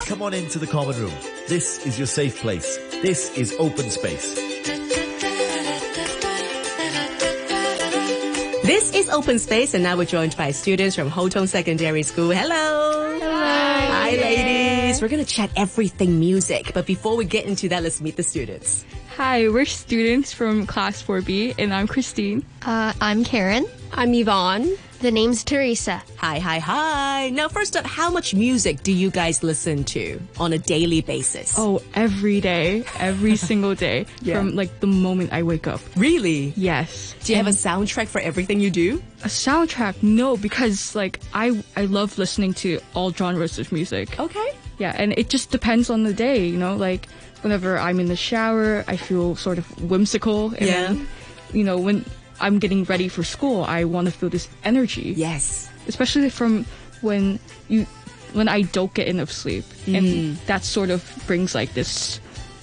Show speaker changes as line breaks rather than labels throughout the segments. Come on into the common room. This is your safe place. This is open space.
This is Open Space, and now we're joined by students from Hotong Secondary School. Hello. Hello. Hi, ladies. We're going to chat everything music, but before we get into that, let's meet the students.
Hi, we're students from Class 4B, and I'm Christine.
Uh, I'm Karen.
I'm Yvonne.
The name's Teresa.
Hi, hi, hi. Now, first up, how much music do you guys listen to on a daily basis?
Oh, every day, every single day, from like the moment I wake up.
really?
Yes.
Do you have a soundtrack for everything you do?
A soundtrack? No, because like I I love listening to all genres of music.
Okay.
Yeah, and it just depends on the day, you know, like whenever I'm in the shower, I feel sort of whimsical. And
Yeah.
then, you know, when I'm getting ready for school, I want to feel this energy.
Yes.
Especially from when you when I don't get enough sleep. And that sort of brings like this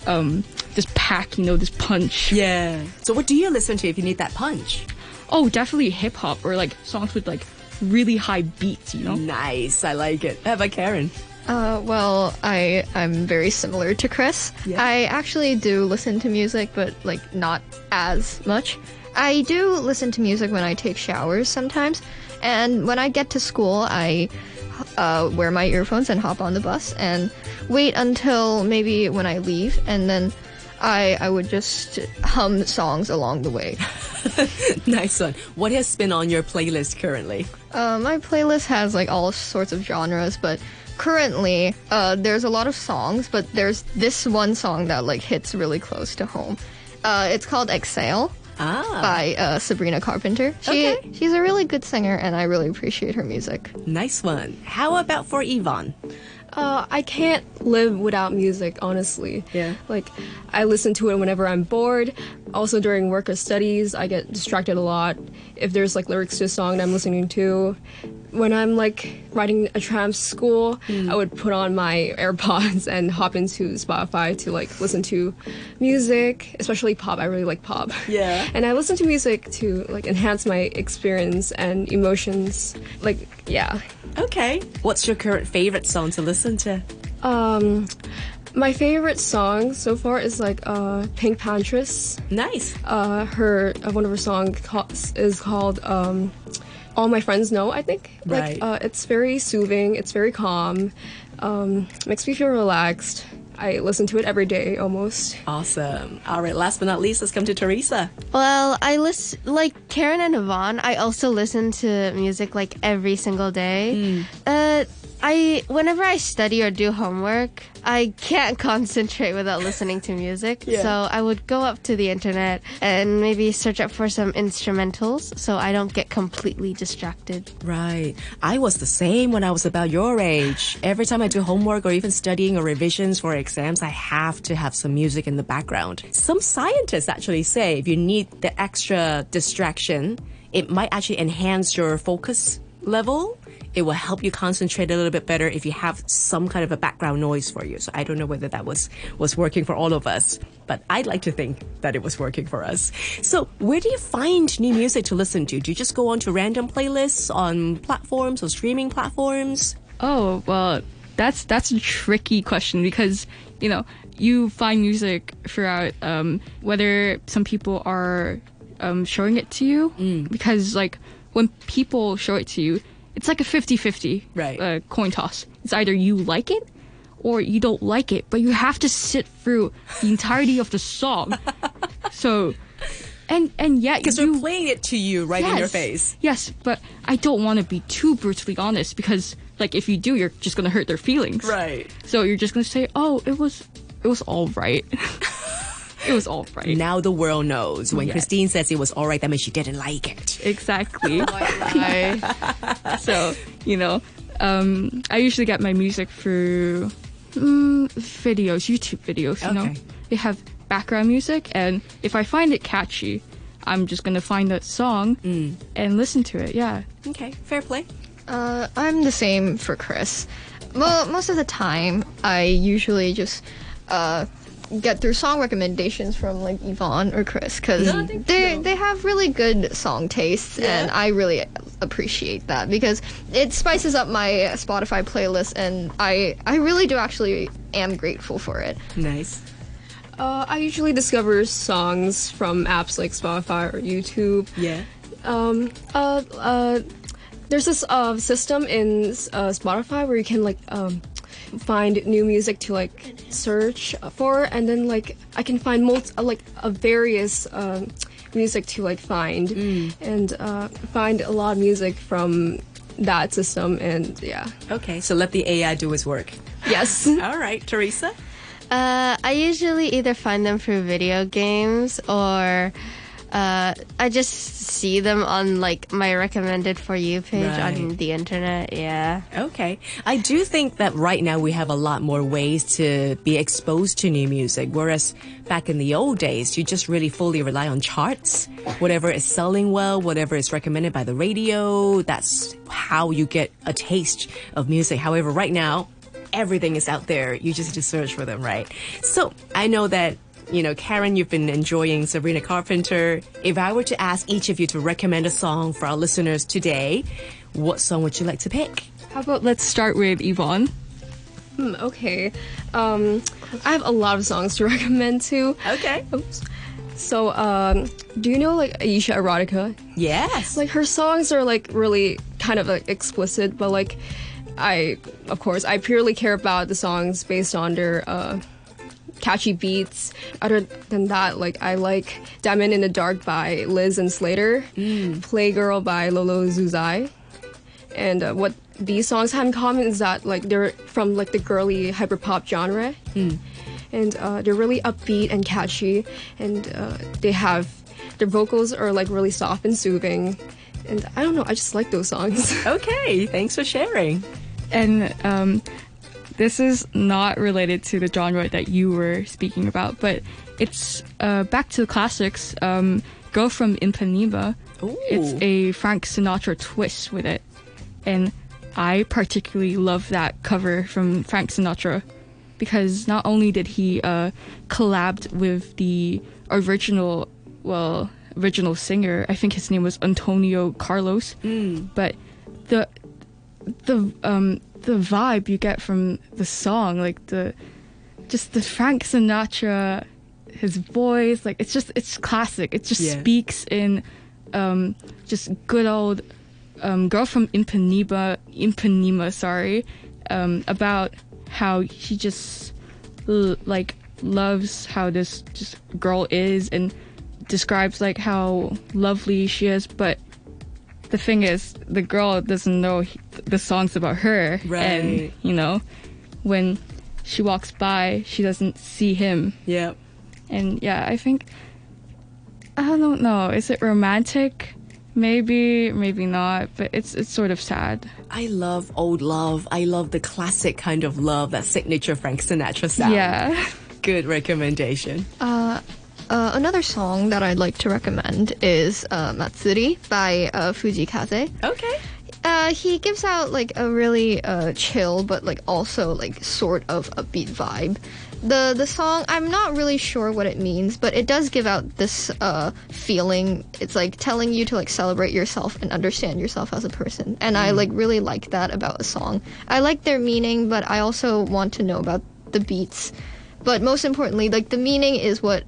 um this pack, you know, this punch.
Yeah. So, what do you listen to if you need that punch?
Oh, definitely hip hop or like songs with like really high beats, you know?
Nice. I like it. How about Karen?
Uh, well, I I'm very similar to Chris.
Yeah.
I actually do listen to music, but like not as much. I do listen to music when I take showers sometimes, and when I get to school, I uh, wear my earphones and hop on the bus and wait until maybe when I leave, and then I I would just hum songs along the way.
Nice one. What has been on your playlist currently?
Uh, my playlist has like all sorts of genres, but currently uh, there's a lot of songs, but there's this one song that like hits really close to home. Uh, it's called Exhale
Ah.
by uh, Sabrina Carpenter. She
Okay.
she's a really good singer, and I really appreciate her music.
Nice one. How about for Yvonne?
Uh, I can't live without music, honestly.
Yeah.
Like, I listen to it whenever I'm bored. Also, during work or studies, I get distracted a lot. If there's like lyrics to a song that I'm listening to, when I'm like riding a tram to school,
Hmm.
I would put on my AirPods and hop into Spotify to like listen to music, especially pop. I really like pop.
Yeah.
And I listen to music to like enhance my experience and emotions. Like, yeah.
Okay. What's your current favorite song to listen to?
Um, my favorite song so far is like uh, Pink Pantress.
Nice.
Uh, her uh, one of her songs ca- is called um, "All My Friends Know." I think
Right.
like uh, it's very soothing. It's very calm. Um, makes me feel relaxed. I listen to it every day almost.
Awesome. All right. Last but not least, let's come to Teresa.
Well, I listen like Karen and Yvonne. I also listen to music like every single day. Uh, I whenever I study or do homework, I can't concentrate without listening to music. So I would go up to the internet and maybe search up for some instrumentals, so I don't get completely distracted.
Right. I was the same when I was about your age. Every time I do homework or even studying or revisions for exams, I have to have some music in the background. Some scientists actually say if you need the extra distraction, it might actually enhance your focus level. It will help you concentrate a little bit better if you have some kind of a background noise for you. So I don't know whether that was was working for all of us, but I'd like to think that it was working for us. So where do you find new music to listen to? Do you just go onto random playlists on platforms or streaming platforms?
Oh well, that's that's a tricky question because you know you find music throughout um, whether some people are um, showing it to you
Mm.
because like when people show it to you, it's like a 50-50
Right.
uh, coin toss. It's either you like it or you don't like it, but you have to sit through the entirety of the song. So and and yet
Because
you
they're playing it to you right in your face.
Yes, but I don't want to be too brutally honest because, like, if you do, you're just gonna hurt their feelings.
Right.
So you're just gonna say, "Oh, it was, it was all right. it was all right."
Now the world knows. When
Yes.
Christine says it was all right, that means she didn't like it.
Exactly.
I
so you know, um, I usually get my music through mm, videos, YouTube videos. You know,
Okay.
they have background music, and if I find it catchy, I'm just gonna find that song
Mm.
and listen to it. Yeah.
Okay, fair play.
Uh, I'm the same for Chris. Well, most of the time, I usually just uh, get through song recommendations from like Yvonne or Chris because they they have really good song tastes, and I really appreciate that because it spices up my Spotify playlist, and I I really do actually am grateful for it.
Nice.
Uh, I usually discover songs from apps like Spotify or YouTube.
Yeah.
Um, uh, uh, there's this uh, system in uh, Spotify where you can like um, find new music to like search for, and then like I can find multi- uh, like a various um music to like find and uh, find a lot of music from that system. And yeah,
Okay, so let the AI do its work.
yes.
All right, Teresa.
Uh, I usually either find them through video games or uh, I just see them on like my recommended for you page on
Right.
the internet. Yeah.
Okay. I do think that right now we have a lot more ways to be exposed to new music, whereas back in the old days, you just really fully rely on charts. Whatever is selling well, whatever is recommended by the radio, that's how you get a taste of music. However, right now, everything is out there. You just need to search for them, right? So I know that. You know, Karen, you've been enjoying Sabrina Carpenter. If I were to ask each of you to recommend a song for our listeners today, what song would you like to pick?
How about let's start with Yvonne?
Hmm, okay. Um, I have a lot of songs to recommend to.
Okay.
Oops. So, um, do you know like Aisha Erotica?
Yes.
Like her songs are like really kind of like, explicit, but like I, of course, I purely care about the songs based on their uh, catchy beats. Other than that, like I like Diamond in the Dark by Liz and Slater, Playgirl by Lolo Zuzai, and uh, what these songs have in common is that like they're from like the girly hyperpop genre and uh, they're really upbeat and catchy and uh, they have their vocals are like really soft and soothing and i don't know i just like those songs
okay. Thanks for sharing.
And um, this is not related to the genre that you were speaking about, but it's uh, back to the classics. Um, Girl from Ipanema.
Ooh.
It's a Frank Sinatra twist with it, and I particularly love that cover from Frank Sinatra because not only did he uh, collabed with the original, well, original singer. I think his name was Antonio Carlos, but the the um the vibe you get from the song, like the just the Frank Sinatra, his voice, like it's just it's classic. It just
Yeah.
speaks in um just good old um girl from Impanema Impanema, sorry, um about how he just l- like loves how this just girl is and describes like how lovely she is but the thing is, the girl doesn't know he- the song's about her.
Right.
And, you know, when she walks by, she doesn't see him.
Yeah.
And yeah, I think, I don't know, is it romantic? Maybe, maybe not, but it's it's sort of sad.
I love old love. I love the classic kind of love, that signature Frank Sinatra sound.
Yeah.
Good recommendation.
Uh, another song that I'd like to recommend is uh, Matsuri by uh, Fujikaze.
Okay.
Uh, he gives out like a really uh, chill, but like also like sort of upbeat vibe. The the song I'm not really sure what it means, but it does give out this uh, feeling. It's like telling you to like celebrate yourself and understand yourself as a person, and I like really like that about a song. I like their meaning, but I also want to know about the beats. But most importantly, like the meaning is what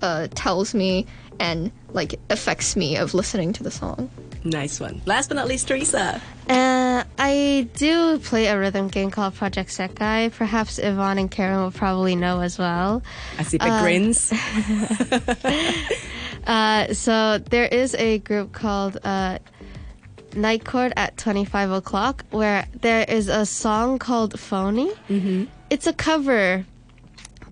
uh, tells me and like affects me of listening to the song.
Nice one. Last but not least, Teresa.
Uh, I do play a rhythm game called Project Sekai. Perhaps Yvonne and Karen will probably know as well.
I see big grins.
Uh, so there is a group called uh, Night Court at 25 o'clock where there is a song called Phony. Mm-hmm. It's a cover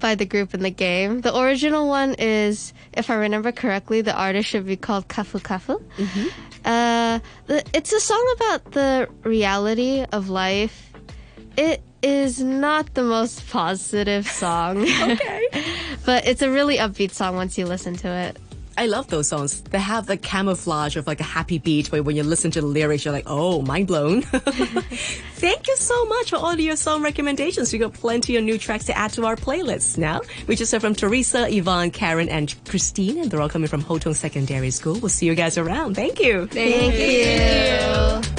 by the group in the game. The original one is, if I remember correctly, the artist should be called Kafu Kafu. Uh, the, it's a song about the reality of life. It is not the most positive song,
Okay.
but it's a really upbeat song once you listen to it.
I love those songs. They have the camouflage of like a happy beat where when you listen to the lyrics, you're like, oh, mind blown. Thank you so much for all your song recommendations. We got plenty of new tracks to add to our playlists now. We just heard from Teresa, Yvonne, Karen, and Christine, and they're all coming from Hotong Secondary School. We'll see you guys around. Thank you.
Thank you.